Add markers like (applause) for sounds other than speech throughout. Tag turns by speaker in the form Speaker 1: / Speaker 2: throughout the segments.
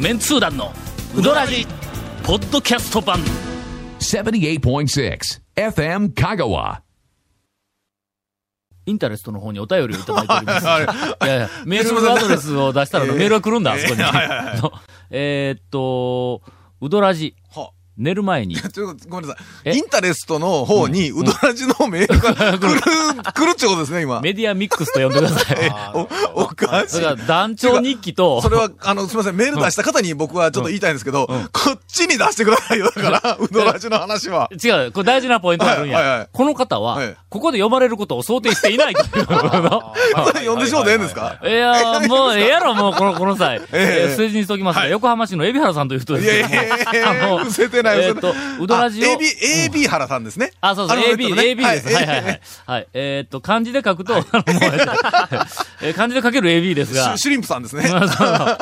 Speaker 1: メンツー団のウドラジポッドキャスト版
Speaker 2: 78.6 FM Kagawa.
Speaker 1: インターネットの方にお便りをいただいております。いやいや、メールアドレスを出
Speaker 3: (laughs)
Speaker 1: したら、メールが来るんだ、あそこに。あの (laughs) えーっと、ウドラジ
Speaker 3: は。
Speaker 1: 寝る
Speaker 3: (laughs)
Speaker 1: 前に。
Speaker 3: ちょっとごめんなさ
Speaker 1: え
Speaker 3: い。インタレストの方に、うどらじのメ
Speaker 1: (laughs)
Speaker 3: ールが来る、来るってことですね、今。
Speaker 1: メディアミックスと呼んでください。
Speaker 3: お、おかし
Speaker 1: そ
Speaker 3: い
Speaker 1: れ。から団長日記と
Speaker 3: そ、れは、あの、すみません、メール出した方に僕はちょっと言いたいんですけど、こっちに出してくださいよ、だから、うどらじの話は。
Speaker 1: 違う、これ大事なポイントがあるん
Speaker 3: はいはいは
Speaker 1: や
Speaker 3: い。
Speaker 1: この方
Speaker 3: は
Speaker 1: は、
Speaker 3: い
Speaker 1: ここで呼ばれることを想定してい
Speaker 3: (laughs)
Speaker 1: ないという
Speaker 3: そ (laughs) れ呼んでしょうでええんですか
Speaker 1: いやー、もう、ええやろ、もう、この、この際。え
Speaker 3: え
Speaker 1: ー、数字にしときますが、横浜市の海老原さんという人で
Speaker 3: い
Speaker 1: す
Speaker 3: やい
Speaker 1: けど
Speaker 3: や
Speaker 1: も
Speaker 3: いやいや、伏せてない、
Speaker 1: えーっと
Speaker 3: 伏せてない。
Speaker 1: うどらじを
Speaker 3: あ AB、AB 原さんですね。
Speaker 1: あ、そうそう、
Speaker 3: アルファベ
Speaker 1: AB、
Speaker 3: ットのね
Speaker 1: AB です。はいはい
Speaker 3: (laughs)
Speaker 1: はい。はい。えーっと、漢字で書くと、あのもうえ (laughs) ー漢字で書ける AB ですが
Speaker 3: (laughs) シュ、シュリンプさんで
Speaker 1: (laughs)
Speaker 3: すね。
Speaker 1: そうそう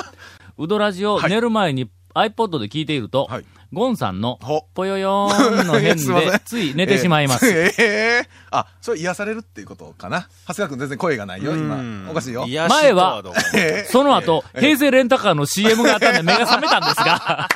Speaker 1: うどラジを
Speaker 3: はい
Speaker 1: 寝る前に iPod で聞いていると
Speaker 3: はい、
Speaker 1: ゴンさんの
Speaker 3: ほ、
Speaker 1: ぽよよーんの変
Speaker 3: (laughs) すいませ
Speaker 1: で
Speaker 3: ん、
Speaker 1: つい寝てしまいます。
Speaker 3: ええ (laughs) ええあ、それ癒されるっていうことかな。長谷川君全然声がないよ、今。おかしいよ。
Speaker 4: 癒し
Speaker 1: 前
Speaker 4: と
Speaker 1: は
Speaker 4: はど
Speaker 3: (laughs)
Speaker 4: うも、
Speaker 1: その後、平成レンタカーの CM があったんで目が覚めたんです
Speaker 3: (laughs)
Speaker 1: が、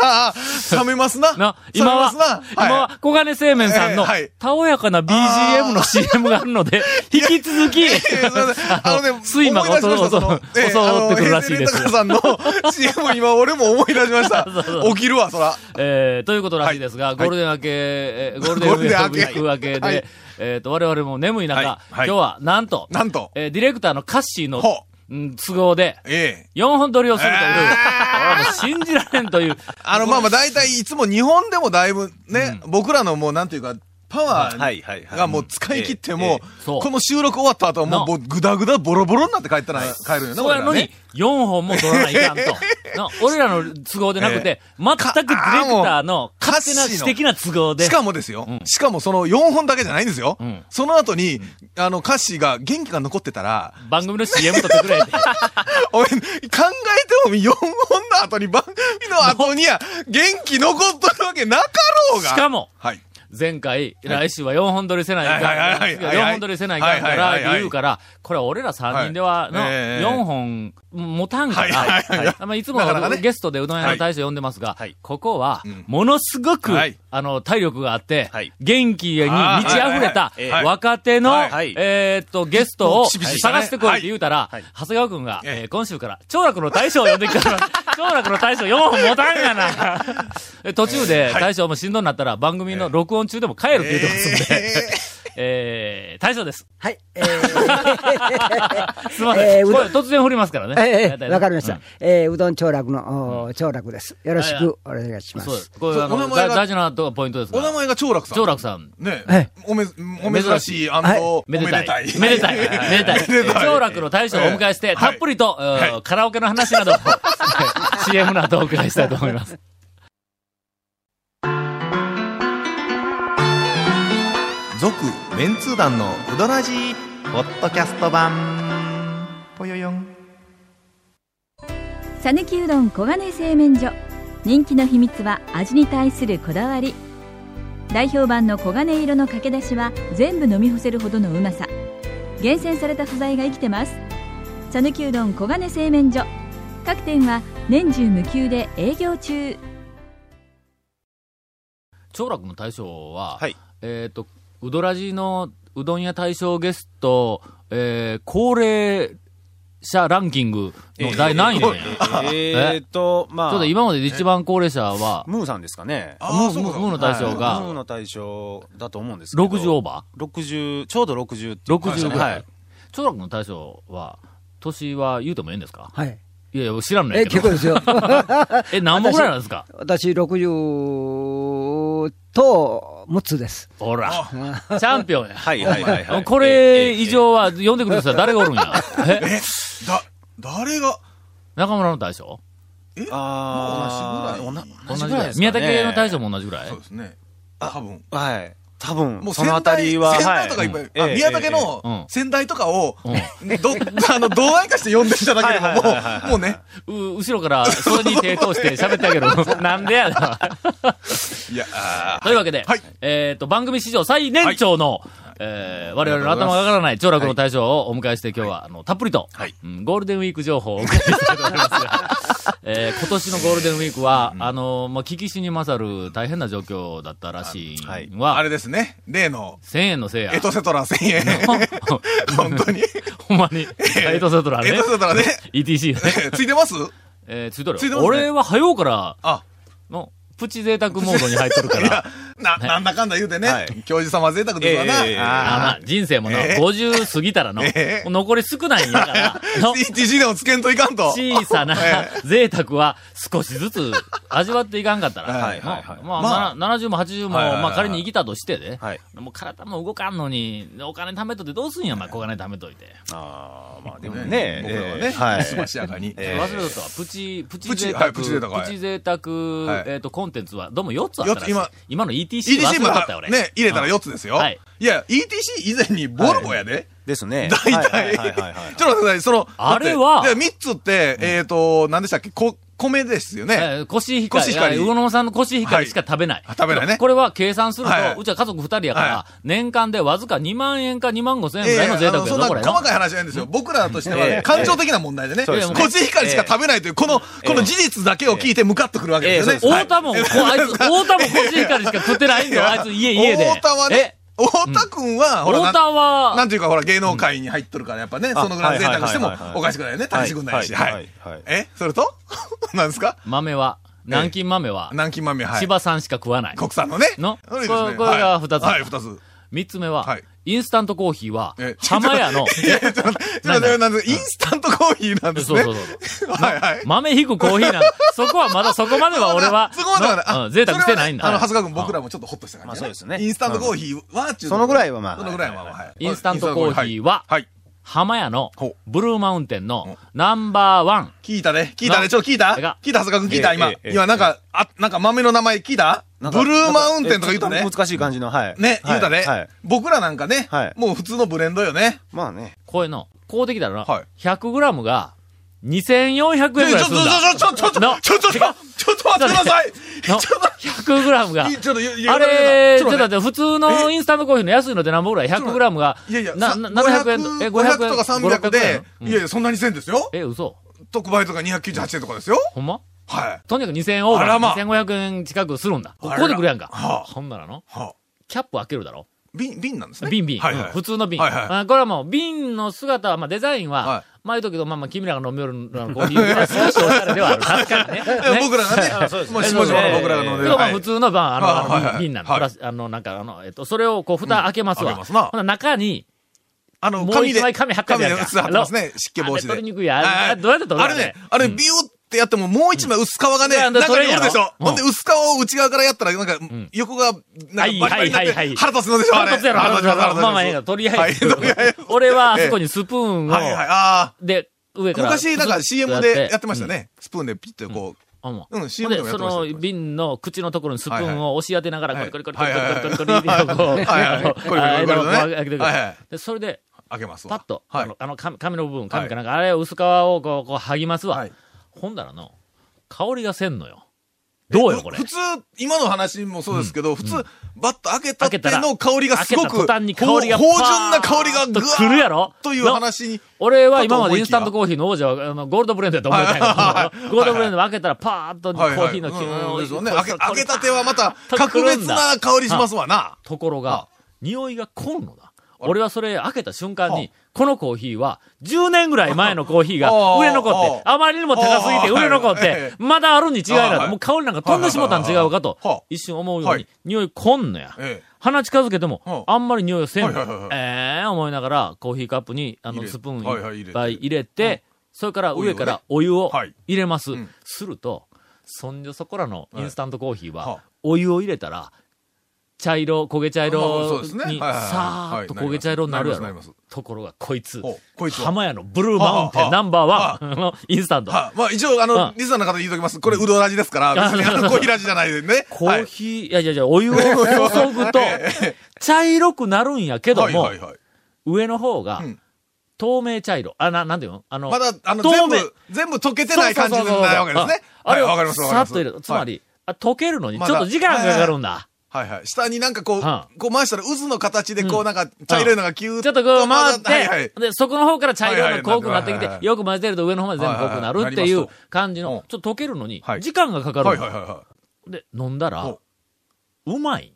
Speaker 3: ああ、冷めますな。
Speaker 1: (laughs) な
Speaker 3: 冷め
Speaker 1: 今
Speaker 3: ま
Speaker 1: は
Speaker 3: すな、
Speaker 1: 今は小金製麺さんの
Speaker 3: えーはい、
Speaker 1: たおやかな BGM の CM があるので、引き続き、
Speaker 3: ええすいま
Speaker 1: (laughs)
Speaker 3: せんあのね、
Speaker 1: 睡魔が
Speaker 3: 思い出しま
Speaker 1: そう
Speaker 3: した
Speaker 1: そう
Speaker 3: そのええ
Speaker 1: 襲ってくるらしいです
Speaker 3: あの平成レンタカーさんの CM を今俺も思い出し
Speaker 1: (laughs)
Speaker 3: ました。起きるわ、そら。
Speaker 1: えーということらしいですが、
Speaker 3: い
Speaker 1: ゴールデン明け、えーゴールデンウ
Speaker 3: ゴール
Speaker 1: ィ
Speaker 3: デン
Speaker 1: ー
Speaker 3: 明
Speaker 1: ク
Speaker 3: け
Speaker 1: 明けで、
Speaker 3: はい
Speaker 1: えっ、と、我々も眠い中、
Speaker 3: はいはい
Speaker 1: 今日はなんと、
Speaker 3: なんと。
Speaker 1: えーディレクターのカッシーの
Speaker 3: ほう、
Speaker 1: うん都合で、
Speaker 3: ええ。
Speaker 1: 4本撮りをするという、
Speaker 3: えー
Speaker 1: 俺もう信じられんと
Speaker 3: (laughs)
Speaker 1: いう、
Speaker 3: あの、まあまあ、大体いつも日本でもだいぶね、僕らのもうなんていうか、パワ
Speaker 4: は
Speaker 3: ー
Speaker 4: いはいはい。
Speaker 3: がもう使い切っても
Speaker 1: えそう
Speaker 3: う、この収録終わった後はもうぼぐだぐだボロボロになって帰ったら、帰るよね、
Speaker 1: そうや
Speaker 3: 俺
Speaker 1: の
Speaker 3: ら
Speaker 1: に
Speaker 3: ね。、
Speaker 1: 4本も撮らない
Speaker 3: (laughs)
Speaker 1: かんと。な俺らの都合でなくて、全くディレクターの勝手な私的な都合で。
Speaker 3: しかもですよ、
Speaker 1: うん
Speaker 3: しかもその4本だけじゃないんですよ。
Speaker 1: うん
Speaker 3: その後に、あの歌詞が元気が残ってたら、 (laughs)
Speaker 1: 番組の CM 撮ってくれって。
Speaker 3: おい、考えても4本の後に番組の後には元気残っとるわけなかろうが。
Speaker 1: しかも
Speaker 3: はい。
Speaker 1: 前回、来週は4本撮りせないかん
Speaker 3: はいはいはいはい
Speaker 1: 4本撮りせないかんか
Speaker 3: はいはい
Speaker 1: ら、
Speaker 3: はいはい
Speaker 1: 言うから、これは俺ら3人では、の、
Speaker 3: はいええ
Speaker 1: 4本持たんか
Speaker 3: はいはいはい
Speaker 1: ら、まあいつも
Speaker 3: なかなかね
Speaker 1: ゲストでうどん屋の大将呼んでますが
Speaker 4: はい、
Speaker 1: ここは
Speaker 3: ん、
Speaker 1: ものすごく
Speaker 3: はい、
Speaker 1: あの、体力があって
Speaker 4: はい、
Speaker 1: 元気に満ち溢れた
Speaker 4: あーはいはいはいはい
Speaker 1: 若手の
Speaker 3: はい、
Speaker 4: はい
Speaker 1: えーっと、ゲストを
Speaker 3: ピシピシしたね
Speaker 1: 探してこいって言うたら
Speaker 4: はいはい、
Speaker 1: 長谷川くんが、
Speaker 3: ええ
Speaker 1: えー今週から、長楽の (laughs) 大将を呼んできたから、長楽の大将4本持たんがな。え途中で大将もしんどになったら番組の録音中でも帰るって言ってますんで、えー、大将です。
Speaker 5: はい。
Speaker 1: (laughs)
Speaker 5: えー
Speaker 1: すみません。
Speaker 5: えーう
Speaker 1: こ
Speaker 5: ど
Speaker 1: れ突然振りますからね。
Speaker 5: え
Speaker 1: 大体ね
Speaker 5: ーわかりました。
Speaker 1: うん
Speaker 5: えーうどん長楽の、おー長楽です。よろしくお願いしま
Speaker 1: そうです
Speaker 5: す。。
Speaker 1: これ
Speaker 3: そう
Speaker 1: あの
Speaker 3: お名前
Speaker 1: だ
Speaker 3: が
Speaker 1: 大事なとこポイントですが
Speaker 3: お名前が長楽さん。
Speaker 1: 長楽さん。
Speaker 3: ね
Speaker 5: ええ
Speaker 3: おめ、お珍しい、あ
Speaker 5: はい
Speaker 3: の、お
Speaker 1: め
Speaker 3: め
Speaker 1: で
Speaker 3: で
Speaker 1: た
Speaker 3: た
Speaker 1: い
Speaker 3: い。。
Speaker 1: めでたい。め
Speaker 3: (laughs)
Speaker 1: でたい。
Speaker 3: めでたい
Speaker 1: 長楽の大将をお迎えして、たっぷりと、えーカラオケの話なども、CM などをお伺いしたいと思います。
Speaker 3: 続、メンツー団のうどらじ
Speaker 6: ポッドキャスト版ぽよよん
Speaker 7: さぬきうどん黄金製麺所人気の秘密は味に対するこだわり代表版の黄金色のかけだしは全部飲み干せるほどのうまさ厳選された素材が生きてます「さぬきうどん黄金製麺所」各店は年中無休で営業中
Speaker 1: 長楽の大将は、
Speaker 4: はい
Speaker 1: えっ、と、うどらじのうどん屋大賞ゲスト、えー、高齢者ランキングの第何位なん
Speaker 4: (laughs)
Speaker 1: や、
Speaker 4: えーっと、まあ。
Speaker 1: ちょっと今までで一番高齢者は、
Speaker 4: ムーさんですかね。
Speaker 3: あ
Speaker 1: ム
Speaker 3: あ、
Speaker 1: ー
Speaker 3: そうかそうか。
Speaker 1: ムーの大将が
Speaker 4: はいムーの大将だと思うんですけど。
Speaker 1: 60オーバ
Speaker 4: 60ちょうど60って
Speaker 1: ー
Speaker 4: 言ってました
Speaker 1: ?60
Speaker 4: ね
Speaker 1: ぐらい。
Speaker 4: はい。
Speaker 1: 長楽の大将は、年は言うてもええんですか
Speaker 5: はい。
Speaker 1: いやいや、知らんの
Speaker 5: え
Speaker 1: や
Speaker 5: ー、
Speaker 1: け
Speaker 5: 結
Speaker 1: ど
Speaker 5: 構。です
Speaker 1: (laughs)
Speaker 5: よ。 (laughs)
Speaker 1: え、何本ぐらいなんですか
Speaker 5: 私60と6つです。
Speaker 1: ほら、チャンピオンや。
Speaker 4: はいはいはいは
Speaker 1: (laughs)
Speaker 4: い。
Speaker 1: これ以上は呼んでくる人は誰がおるんやえ
Speaker 3: え、だ、誰が、
Speaker 1: 中村の大将
Speaker 4: ああ、
Speaker 3: もう同じぐらい
Speaker 4: 同じぐらいですかね
Speaker 1: 宮崎の大将も同じぐらい
Speaker 3: そうですね。多分。
Speaker 4: はい。多分、
Speaker 3: もう
Speaker 4: そ
Speaker 3: 仙
Speaker 4: の
Speaker 3: 台
Speaker 4: あたりは、
Speaker 3: 仙
Speaker 4: は
Speaker 3: 台とかいっぱい、
Speaker 4: うん
Speaker 3: あ
Speaker 4: ええ
Speaker 3: 宮
Speaker 1: え
Speaker 3: 崎
Speaker 1: えうん
Speaker 3: の仙台とかを、
Speaker 1: うん
Speaker 3: ど、 (laughs) あの、同愛化して呼んでいただければ、も、
Speaker 4: はいはいはいはいう
Speaker 3: もうね。
Speaker 1: う後ろから、それに抵抗して喋ってあげ
Speaker 3: (laughs)
Speaker 1: る。なんでやな。
Speaker 3: いや、あ
Speaker 1: というわけで、
Speaker 3: はい
Speaker 1: えっ、と、番組史上最年長の、えー我々の頭が上がらない長楽の大将をお迎えして今日は、あの、たっぷりと、
Speaker 3: はい
Speaker 1: うんゴールデンウィーク情報をお送りしたいと思いますが、 (laughs) えー今年のゴールデンウィークは、あの、まあ、聞きしに勝る大変な状況だったらしい
Speaker 4: はい
Speaker 1: は、
Speaker 3: あれですね。例の、
Speaker 1: 1000円のせいや
Speaker 3: エ。トセトラ1000円。本当に。
Speaker 1: ほんまに。エトセトラ
Speaker 3: エ
Speaker 1: ね
Speaker 3: ト。セトラね。
Speaker 1: ETC ね。
Speaker 3: ついてます
Speaker 1: えー、ついとる
Speaker 3: ついて
Speaker 1: よ。
Speaker 3: ますね
Speaker 1: 俺は早うから、
Speaker 3: あ、
Speaker 1: の、プチ贅沢モードに入っとるか
Speaker 3: いや
Speaker 1: ら、、
Speaker 3: な、なんだかんだ言うてね。教授様贅沢ですわな。
Speaker 4: ええ
Speaker 1: あ
Speaker 3: あ
Speaker 1: まあ人生もな、
Speaker 3: ええ
Speaker 1: 50過ぎたらの、
Speaker 3: ええ
Speaker 1: 残り少ないんやから、の
Speaker 3: (laughs) ー CTC でもつけんといかんと。
Speaker 1: 小さな
Speaker 3: え
Speaker 1: 贅沢は少しずつ味わっていかんかったら、
Speaker 3: はい
Speaker 1: まあ
Speaker 4: はいはい
Speaker 1: まあ、な70も80も、
Speaker 4: はいはいはい
Speaker 1: まあ仮に生きたとしてで、
Speaker 4: はい
Speaker 1: もう体も動かんのに、お金貯めとってどうすんや、まあ小金貯めといて。
Speaker 4: ああ、まあでも
Speaker 3: え
Speaker 4: ね、
Speaker 3: 僕らは
Speaker 4: え
Speaker 3: ね、
Speaker 4: ーはい。
Speaker 3: すましやかに。
Speaker 4: ええ
Speaker 1: 忘れとったわプチ、プチ
Speaker 3: プチ
Speaker 1: 贅沢、
Speaker 3: はいプチ贅沢はい
Speaker 1: プチ贅沢
Speaker 3: はい
Speaker 1: えっと、コンテンツは、どうも4つあったらしい。
Speaker 3: 四つ
Speaker 1: 今の ETC 忘れ
Speaker 3: ETC
Speaker 1: とったよ、
Speaker 3: も
Speaker 1: 俺。
Speaker 3: ね、入れたら
Speaker 1: うん
Speaker 3: 4つですよ。
Speaker 1: はい
Speaker 3: い、や、ETC 以前にボルボやで。
Speaker 4: ですね。
Speaker 3: 大体。ち
Speaker 4: はいはいはいはいはい
Speaker 3: ょっと待ってください。その、
Speaker 1: あれは
Speaker 3: だっていや、3つって、えっ、ー、と、何でしたっけ、こ、米ですよね。
Speaker 1: えーコシヒカ
Speaker 3: コ
Speaker 1: リ。
Speaker 3: シヒカリ
Speaker 1: いや魚野さんのコシヒカリしか食べない。
Speaker 3: はいあ食べないね
Speaker 1: これは計算すると、
Speaker 3: はいはいう
Speaker 1: ちは家族2人やから、
Speaker 3: は
Speaker 1: 年間でわずか2万円か2万5千円
Speaker 3: え
Speaker 1: ぐらいの贅
Speaker 3: ーあ
Speaker 1: 沢やぞ、
Speaker 3: のそんな
Speaker 1: こ
Speaker 3: 細
Speaker 1: れ。
Speaker 3: かい話じゃないんですよ。僕らとしては、
Speaker 4: ええ
Speaker 3: 感情的な問題でね、
Speaker 4: そう
Speaker 1: ですね
Speaker 3: コシヒカリしか食べないという、この、
Speaker 4: え
Speaker 3: この事実だけを聞いてムカッとくるわけですよね。
Speaker 1: 大田も、こうあいつ、大田もコシヒカリしか食ってないんだよ、あいつ家、家で。
Speaker 3: 大田はね、大田くんは、
Speaker 1: え、
Speaker 3: ほらな
Speaker 1: 大田は、
Speaker 3: (laughs) なんていうか、ほら、芸能界に入っとるから、やっぱね、
Speaker 4: あ
Speaker 3: (laughs) そのぐらい贅沢しても
Speaker 4: はいはいはいはいはい
Speaker 3: おかしくないよね。
Speaker 4: はい
Speaker 3: 楽しくないし。
Speaker 4: はい
Speaker 3: はい
Speaker 4: はいはい。
Speaker 3: えそれと (laughs) 何ですか
Speaker 1: 豆は、南京豆は、
Speaker 3: 南京豆、はい
Speaker 1: 千。葉さんしか食わない。
Speaker 3: 国産のね。
Speaker 1: の
Speaker 3: それいいですね
Speaker 1: これこれが二つ
Speaker 3: はい、はい二つ。
Speaker 1: 三つ目は、
Speaker 3: はい
Speaker 1: インスタントコーヒーは
Speaker 3: え、ちょ
Speaker 1: 浜屋の、
Speaker 3: (laughs) いや、ちょっと待って、ちょっと待ってなんですインスタントコーヒーなんです
Speaker 1: そう
Speaker 3: ね。
Speaker 1: そうそう。
Speaker 3: はいはい。
Speaker 1: 豆引くコーヒーなんだ。そこはまだ、そこまでは俺は、
Speaker 3: (laughs) そこまではね
Speaker 1: うん贅沢してないんだ。
Speaker 3: それはねあの、長谷川君、僕らもちょっとホッとした感じ、
Speaker 4: まあそうですね
Speaker 3: インスタントコーヒーは、ちゅうと
Speaker 4: そのぐらいはまあ
Speaker 3: そのぐらいは、はい。
Speaker 1: インスタントコーヒーは
Speaker 3: はい。
Speaker 1: 浜屋の
Speaker 3: ほう、
Speaker 1: ブルーマウンテンの、ナンバーワン。
Speaker 3: 聞いたね。聞いた
Speaker 1: な
Speaker 3: ね。ちょっと聞いた
Speaker 1: えが
Speaker 3: 聞いた、長谷川君聞いた、
Speaker 4: ええ
Speaker 3: 今
Speaker 4: え。え
Speaker 3: 今、なんか、あ、なんか豆の名前聞いたブ
Speaker 4: なんか
Speaker 3: ルーマウンテンとか言った
Speaker 4: え
Speaker 3: ね
Speaker 4: ちょっ。難しい感じの、はい。
Speaker 3: ね、言うた
Speaker 4: はいは
Speaker 3: ね
Speaker 4: い。。
Speaker 3: 僕らなんかね
Speaker 4: はい、
Speaker 3: もう普通のブレンドよね。
Speaker 4: まあね。
Speaker 1: これの、こうできたらな、
Speaker 3: はい
Speaker 1: 100g が2400円ぐらい
Speaker 3: ちょ、ちょ、
Speaker 1: するんだ。
Speaker 3: ちょ、ちょ、ちょ、ち
Speaker 1: な
Speaker 3: ょ、ちょ、ちょ、ちょ、ちょっと待ってください。ちょ
Speaker 1: の
Speaker 3: っと、
Speaker 1: 100g が
Speaker 3: い、ちょっと、いや
Speaker 1: あれ、ちょ
Speaker 3: ちょ
Speaker 1: っと待
Speaker 3: っと待
Speaker 1: っ、
Speaker 3: って
Speaker 1: 普通のインスタントコーヒーの安いのって何本ぐらい ?100g が、
Speaker 3: いやいや、
Speaker 1: な、
Speaker 3: さ
Speaker 1: な700円と、え、500円
Speaker 3: とか300で、
Speaker 1: うん
Speaker 3: いやいや、そんなにせんですよ。
Speaker 1: え、嘘
Speaker 3: 特売とか298円とかですよ。
Speaker 1: ほんま
Speaker 3: はい。
Speaker 1: とにかく2000円オー
Speaker 3: あ
Speaker 1: バー、
Speaker 3: らま
Speaker 1: 2500円近くするんだ。こ
Speaker 3: あら
Speaker 1: こでくれやんか。
Speaker 3: はあ
Speaker 1: ほんならの、
Speaker 3: はあ
Speaker 1: キャップ開けるだろ
Speaker 3: 瓶、瓶なんですね。
Speaker 1: 瓶瓶、
Speaker 3: はい
Speaker 1: う
Speaker 3: は
Speaker 1: ん
Speaker 3: い。
Speaker 1: 普通の瓶、
Speaker 3: はいはい
Speaker 1: あこれはもう瓶の姿は、まあ、デザインは、
Speaker 3: はい
Speaker 1: まあ言うとくけど、まあまあ君らが飲みよるのコーヒーよりは少しおしゃれではある。確かにね。ね
Speaker 3: え僕らがね、もう、しもしもの僕らが飲ん
Speaker 1: けど
Speaker 3: でる。
Speaker 1: まあ
Speaker 3: はい
Speaker 1: 普通の、まあ、あの、
Speaker 3: はいはい
Speaker 1: あの
Speaker 3: はい
Speaker 1: 瓶なの。
Speaker 3: は
Speaker 1: プ
Speaker 3: い
Speaker 1: ラス、あの、なんか、あの、えっと、それをこう、蓋開けますわ。
Speaker 3: 開けますな
Speaker 1: ほな中に、
Speaker 3: あの、
Speaker 1: もう
Speaker 3: 紙で、
Speaker 1: 一枚紙貼ってるやんか
Speaker 3: 紙で薄貼ってますね。湿気防
Speaker 1: あれ
Speaker 3: 止で。
Speaker 1: 取りにくいやんあれ
Speaker 3: は
Speaker 1: あれどうやって取る
Speaker 3: あ
Speaker 1: の
Speaker 3: れね
Speaker 1: あれ、
Speaker 3: あれ、ビューってやっても、もう一枚薄皮がね、
Speaker 1: うん
Speaker 3: 中にお
Speaker 1: 取れんや
Speaker 3: る
Speaker 1: ろ
Speaker 3: でしょ。
Speaker 1: うん
Speaker 3: ほんで、薄皮を内側からやったら、なんか、横が、なんか、バリバリにな
Speaker 1: はいは
Speaker 3: っ
Speaker 1: いはいはい
Speaker 3: て、腹立つのでしょ、あれ。
Speaker 1: 腹立つやろ、腹立つやろ。まあまあ、ええが、
Speaker 3: と
Speaker 1: とりあえず
Speaker 3: はいとりあえず。
Speaker 1: 俺は、あそこにスプーンを、
Speaker 3: はいはい、あ
Speaker 1: で、上
Speaker 3: あ。
Speaker 1: から。
Speaker 3: 昔、なんか CM でやってました
Speaker 1: うん。
Speaker 3: ね。スプーンでピッてこう。
Speaker 1: あも
Speaker 3: うん CM でもやってました
Speaker 1: ほんでその瓶の口のところにスプーンを押し当てながら、コ
Speaker 3: は
Speaker 1: リ
Speaker 3: い
Speaker 1: コリコリコリコリコリコリコリこう、
Speaker 3: はいはい
Speaker 1: あの
Speaker 3: コリコリコリコリ
Speaker 1: あの
Speaker 3: ね
Speaker 1: こう開けてくる
Speaker 3: はいはい
Speaker 1: でそれで、
Speaker 3: 開けますわ。
Speaker 1: パッと、
Speaker 3: は
Speaker 1: あの
Speaker 3: い。
Speaker 1: あの紙紙の部分、紙かなんか、あれを薄皮をこう、こう剥ぎますわ。
Speaker 3: はい
Speaker 1: ほんだらの、香りがせんのよ。どうよ、これ
Speaker 3: 普。通、今の話もそうですけど、普通、バッと開けた
Speaker 1: 開け
Speaker 3: て
Speaker 1: たら
Speaker 3: の香りがすご
Speaker 1: 開けた
Speaker 3: く、
Speaker 1: 途端に香りが
Speaker 3: ほう芳醇な香りが
Speaker 1: パーッ
Speaker 3: ぐ
Speaker 1: と
Speaker 3: わ
Speaker 1: 来るやろ
Speaker 3: ーっという話に。
Speaker 1: 俺は今までインスタン
Speaker 3: かと
Speaker 1: ト
Speaker 3: 思
Speaker 1: コーヒーの王者は、あの、ゴールドブレンドやと思ってたんやけど、ゴールドブレンドを開けたらパーッとコ
Speaker 3: はいはい
Speaker 1: ーヒーの気
Speaker 3: うんうん
Speaker 1: 分
Speaker 3: ですよ
Speaker 1: を、
Speaker 3: ね開け開けたてはま
Speaker 1: パ
Speaker 3: た
Speaker 1: ーッと
Speaker 3: 格
Speaker 1: 来るん
Speaker 3: 別
Speaker 1: だ
Speaker 3: な香りしますわな。
Speaker 1: ところが、匂いが来んのだ。俺はそれ開けた瞬間に
Speaker 3: は、
Speaker 1: このコーヒーは10年ぐらい前のコーヒーが売れ残って、
Speaker 3: あ
Speaker 1: あまりにも高すぎて
Speaker 3: あ
Speaker 1: 売れ残っ
Speaker 3: え
Speaker 1: て
Speaker 3: え、
Speaker 1: まだあるに違い
Speaker 3: あ
Speaker 1: な。
Speaker 3: はいい
Speaker 1: もう香りなんか飛んでしもうたん違うかと
Speaker 3: はあ、
Speaker 1: 一瞬思うよう
Speaker 3: は
Speaker 1: に
Speaker 3: い、
Speaker 1: 匂い来んのや。
Speaker 3: え
Speaker 1: 鼻近づけても、
Speaker 3: うん
Speaker 1: あんまり匂いせんの
Speaker 3: はいはいはいはい
Speaker 1: ええー、思いながら、コーヒーカップに、あの、
Speaker 3: 入れ
Speaker 1: スプーン
Speaker 3: はいはい
Speaker 1: い
Speaker 3: 入れて
Speaker 1: っぱい入れて、それから
Speaker 3: お湯
Speaker 1: 上
Speaker 3: をね
Speaker 1: からお湯を
Speaker 3: はい
Speaker 1: 入れます
Speaker 3: うん。
Speaker 1: すると、そんじょそこらのインスタントコーヒー
Speaker 3: はいは、
Speaker 1: はいお湯を入れたら、茶色、焦げ茶
Speaker 3: まあそ
Speaker 1: 色
Speaker 3: うですねはい
Speaker 1: に、
Speaker 3: はいはい
Speaker 1: さーっと
Speaker 3: はい
Speaker 1: 焦げ茶色になるや
Speaker 3: な
Speaker 1: ろ
Speaker 3: りますなり。
Speaker 1: ところが、こいつ
Speaker 3: ほう、こいつは
Speaker 1: 浜屋のブルーマウンテンナンバーワンのインスタン
Speaker 3: え
Speaker 1: ト。
Speaker 3: はい。まあ一応、あ
Speaker 1: うん
Speaker 3: の、リスナーの方に言いときます。これ、うどらじですから、別にあのコーヒーらじじゃないでね。
Speaker 1: (laughs) コ
Speaker 3: は
Speaker 1: ー
Speaker 3: い
Speaker 1: ヒー、いやいやいや、お湯を注ぐと、茶色くなるんやけど
Speaker 3: はい
Speaker 1: も
Speaker 3: は、いはい。
Speaker 1: 上の方が
Speaker 3: うん、
Speaker 1: 透明茶色。あ、な、なんていうのあの、
Speaker 3: まだ、あの、
Speaker 1: 透
Speaker 3: 全
Speaker 1: 明
Speaker 3: 部、全部溶けてない感じ
Speaker 1: そう
Speaker 3: に
Speaker 1: そうそうそう
Speaker 3: ないわけですね。
Speaker 1: ああれ
Speaker 3: はいわかり
Speaker 1: を
Speaker 3: ます
Speaker 1: さ
Speaker 3: わかりま
Speaker 1: っ
Speaker 3: す
Speaker 1: と入れる。つま
Speaker 3: はい
Speaker 1: り、あ溶けるのにちょ
Speaker 3: ま
Speaker 1: っ
Speaker 3: だ
Speaker 1: と時間がかかるんだ。
Speaker 3: はいはい。下になんかこう、
Speaker 1: は
Speaker 3: こう回したら渦の形でこうなんか茶色いのがキューッ
Speaker 1: ちょっとこう回って、
Speaker 3: はいはい。
Speaker 1: で、そこの方から茶色いの濃くなってき
Speaker 3: はいはいはいはい
Speaker 1: て、よく混ぜると上の方まで全部濃くなるって
Speaker 3: はいはい
Speaker 1: い
Speaker 3: はいうなります
Speaker 1: 感じ
Speaker 3: うん
Speaker 1: の、ちょっと溶けるのに
Speaker 3: は、い
Speaker 1: 時間がかかるの。
Speaker 3: はいはいはいは
Speaker 1: で、飲んだら
Speaker 3: ほ、
Speaker 1: うまい。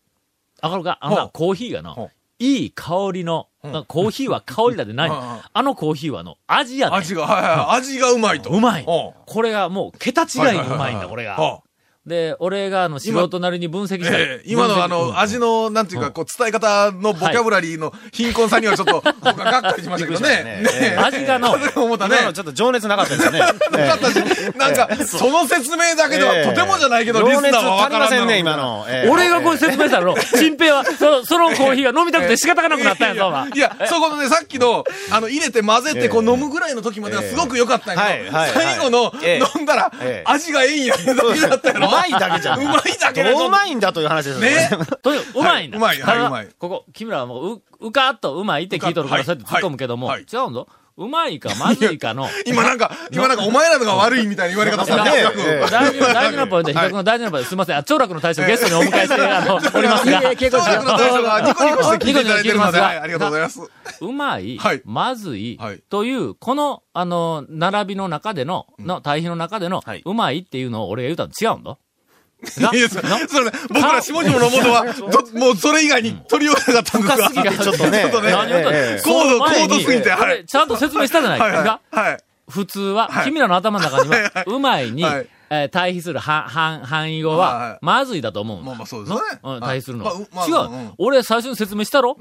Speaker 1: わかるかあのな
Speaker 3: ほう
Speaker 1: コーヒーがな
Speaker 3: ほ、
Speaker 1: いい香りの、
Speaker 3: ん
Speaker 1: なコーヒーは香りだでない。
Speaker 3: うんうんうん
Speaker 1: あのコーヒーはの、味や
Speaker 3: い。
Speaker 1: で。
Speaker 3: 味が、はいはい。味がうまいと。
Speaker 1: うまい。
Speaker 3: ほう
Speaker 1: これがもう、桁違いにうまいんだ、これが。
Speaker 3: ほう
Speaker 1: で、俺があの、素人なりに分析した
Speaker 3: ええ今のあの、味
Speaker 1: の、
Speaker 3: の、なんていうか、こう、伝え方のボキャブラリーの貧困さにはちょっと、僕はがっかりしましたけどね。ねえ
Speaker 1: 味がの、
Speaker 3: 思ったね。
Speaker 4: 今のちょっと情熱なかったですね。
Speaker 3: なかったし、なんか、その説明 (laughs) だけではとてもじゃないけど、リ
Speaker 4: 情
Speaker 3: ス
Speaker 4: 熱
Speaker 3: ナーはわ
Speaker 4: 足
Speaker 3: か
Speaker 4: り
Speaker 3: ら
Speaker 4: ま
Speaker 3: んだ
Speaker 4: せ
Speaker 3: ろうんな
Speaker 4: ね、今の。ええ
Speaker 1: 俺がこれ説明したの、新平は、その、そのコーヒーが飲みたくて仕方がなくなったんやぞ、お前
Speaker 3: いや、そういうことね、さっきの、あの、入れて混ぜて、こう、飲むぐらいの時まではすごく良かったんやけど、
Speaker 4: ええはいはいはい
Speaker 3: 最後の、
Speaker 4: ええ
Speaker 3: 飲んだら
Speaker 4: ええ、
Speaker 3: 味がええんやね、だけだったや
Speaker 4: う
Speaker 3: ろ。
Speaker 4: まいだけじゃ。
Speaker 3: うんまいだけだ
Speaker 4: どう
Speaker 3: よ
Speaker 4: うまいんだという話ですよ
Speaker 3: ね。
Speaker 1: とにかく、うまいんだ。
Speaker 3: はいうまいはい
Speaker 1: ただ
Speaker 3: うまい
Speaker 1: ここ、君らはもう、う、うかっとうまいって聞いとるか
Speaker 3: は
Speaker 1: ら、
Speaker 3: い
Speaker 1: そうやって突っ込むけども、
Speaker 3: はい
Speaker 1: 違うんぞ。うまいか、まずいかの、
Speaker 3: 今なんか、今なんか、お前らのが悪いみたいな言われ方され
Speaker 4: ええ
Speaker 3: て、
Speaker 4: ええ
Speaker 1: 大事な、大事なポイント、比較の大事なポイント、すみません、あ、長楽の大将ゲストにお迎えして、あ
Speaker 3: (laughs)
Speaker 1: の、おりますが、
Speaker 5: 稽
Speaker 3: 当
Speaker 5: 古しよ
Speaker 3: 落の大将がニコニコして聞いていただいてるので、はいありがとうございます。
Speaker 1: うまい、
Speaker 3: はい
Speaker 1: まずい
Speaker 3: はい、
Speaker 1: という、この、あの、並びの中での、の、対比の中での
Speaker 4: はい、
Speaker 1: うまいっていうのを俺が言うたの違うんだ。ない
Speaker 3: や、 (laughs) すいません僕ら下々のも
Speaker 1: (laughs)
Speaker 3: のは、どもうそれ以外に取りようがなかったんです
Speaker 1: 深
Speaker 3: が。
Speaker 1: すぎが
Speaker 4: ちょっとね。
Speaker 3: (laughs) ちょっとね
Speaker 4: ええ
Speaker 1: 何を言うとん
Speaker 4: え
Speaker 1: ね
Speaker 4: え
Speaker 1: ん
Speaker 3: 高度、
Speaker 1: その前
Speaker 3: 高
Speaker 1: に
Speaker 3: 度すぎて、は
Speaker 1: 俺
Speaker 3: い。
Speaker 1: ちゃんと説明したじゃないで
Speaker 3: はい
Speaker 1: すか。
Speaker 3: はい。はい。
Speaker 1: 普通は、
Speaker 3: はい
Speaker 1: 君らの頭の中には、うまいに、
Speaker 3: はい
Speaker 1: えー対比するはは範囲語
Speaker 3: はいは
Speaker 1: は、
Speaker 3: い
Speaker 1: まずいだと思うの。
Speaker 3: まあまあそうですね
Speaker 1: うん
Speaker 3: はい
Speaker 1: 対比するのは。
Speaker 3: まあ
Speaker 1: 違う、
Speaker 3: まあうん
Speaker 1: 俺最初に説明したろ、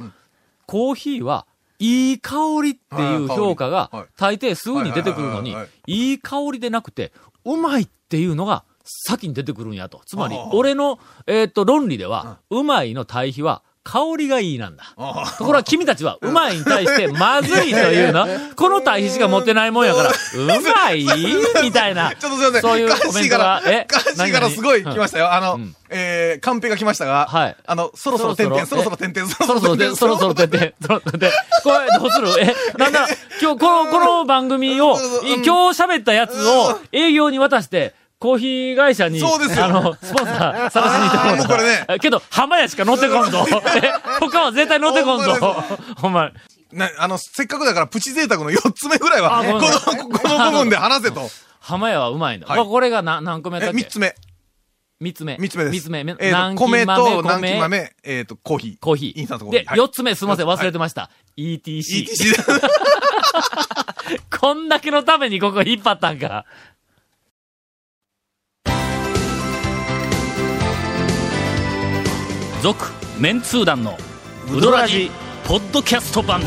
Speaker 1: コーヒーは、いい香りっていう評価が
Speaker 3: はいはい、
Speaker 1: 大抵すぐに出てくるのに
Speaker 3: はいはいはいはい、
Speaker 1: いい香りでなくて、うまいっていうのが先に出てくるんやと。つまり
Speaker 3: ああ、
Speaker 1: 俺の、えーっと、論理では、うまいの対比は、香りがいいなんだ。
Speaker 3: ああ
Speaker 1: ところが君たちは、うまいに対して、まずいと
Speaker 3: (laughs)
Speaker 1: いうの。この対比しか持ってないもんやから、うまいみたいな。
Speaker 3: ちょっとすいません。
Speaker 1: そういう
Speaker 3: カッ
Speaker 1: コメ
Speaker 3: シ
Speaker 1: ント
Speaker 3: ーか
Speaker 1: が
Speaker 3: ら、、
Speaker 1: え
Speaker 3: カッシーからすごい来ましたよ。あの、
Speaker 1: うん
Speaker 3: えー、カンペが来ましたが、
Speaker 1: はい
Speaker 3: あの、そろそろ点々、
Speaker 1: そ
Speaker 3: そ
Speaker 1: ろ
Speaker 3: ろ
Speaker 1: そ
Speaker 3: そ
Speaker 1: ろ
Speaker 3: ろ点々、そ
Speaker 1: そろそろ
Speaker 3: (laughs)
Speaker 1: で、そろそろで、で、そろそろで、これどうするえ、なんだ、今日、この、この番組を、い今日喋ったやつを営業に渡して、コーヒー会社に、
Speaker 3: そうですよ
Speaker 1: あの、スポンサー探しに行ってもら
Speaker 3: あーもうこれね
Speaker 1: えけど、浜屋しか乗ってこんぞ。え、他は絶対乗ってこんぞ
Speaker 3: ほんま。
Speaker 1: ほんま。
Speaker 3: な、あの、せっかくだから、プチ贅沢の4つ目ぐらいは、
Speaker 1: あごめん
Speaker 3: こ
Speaker 1: なさ
Speaker 3: の、この部分で話せと。
Speaker 1: 浜屋はうまいの。
Speaker 3: はい
Speaker 1: ここれが何、何個目
Speaker 3: え、
Speaker 1: だっけ
Speaker 3: 3つ目。
Speaker 1: 三つ目。
Speaker 3: 三つ目です。
Speaker 1: 三つ目。
Speaker 3: えー
Speaker 1: 南
Speaker 3: と
Speaker 1: 京
Speaker 3: 米
Speaker 1: 豆
Speaker 3: と
Speaker 1: 米
Speaker 3: 南京豆、えっと、コーヒー。
Speaker 1: コーヒー。
Speaker 3: インスタントコーヒ
Speaker 1: で
Speaker 3: ー。、はい
Speaker 1: 四つ目すみません、忘れてました。ETC。
Speaker 3: ETC
Speaker 1: こんだけのためにここ引っ張ったんか。続、メンツー団の、ウドラジ、ポッドキャスト版。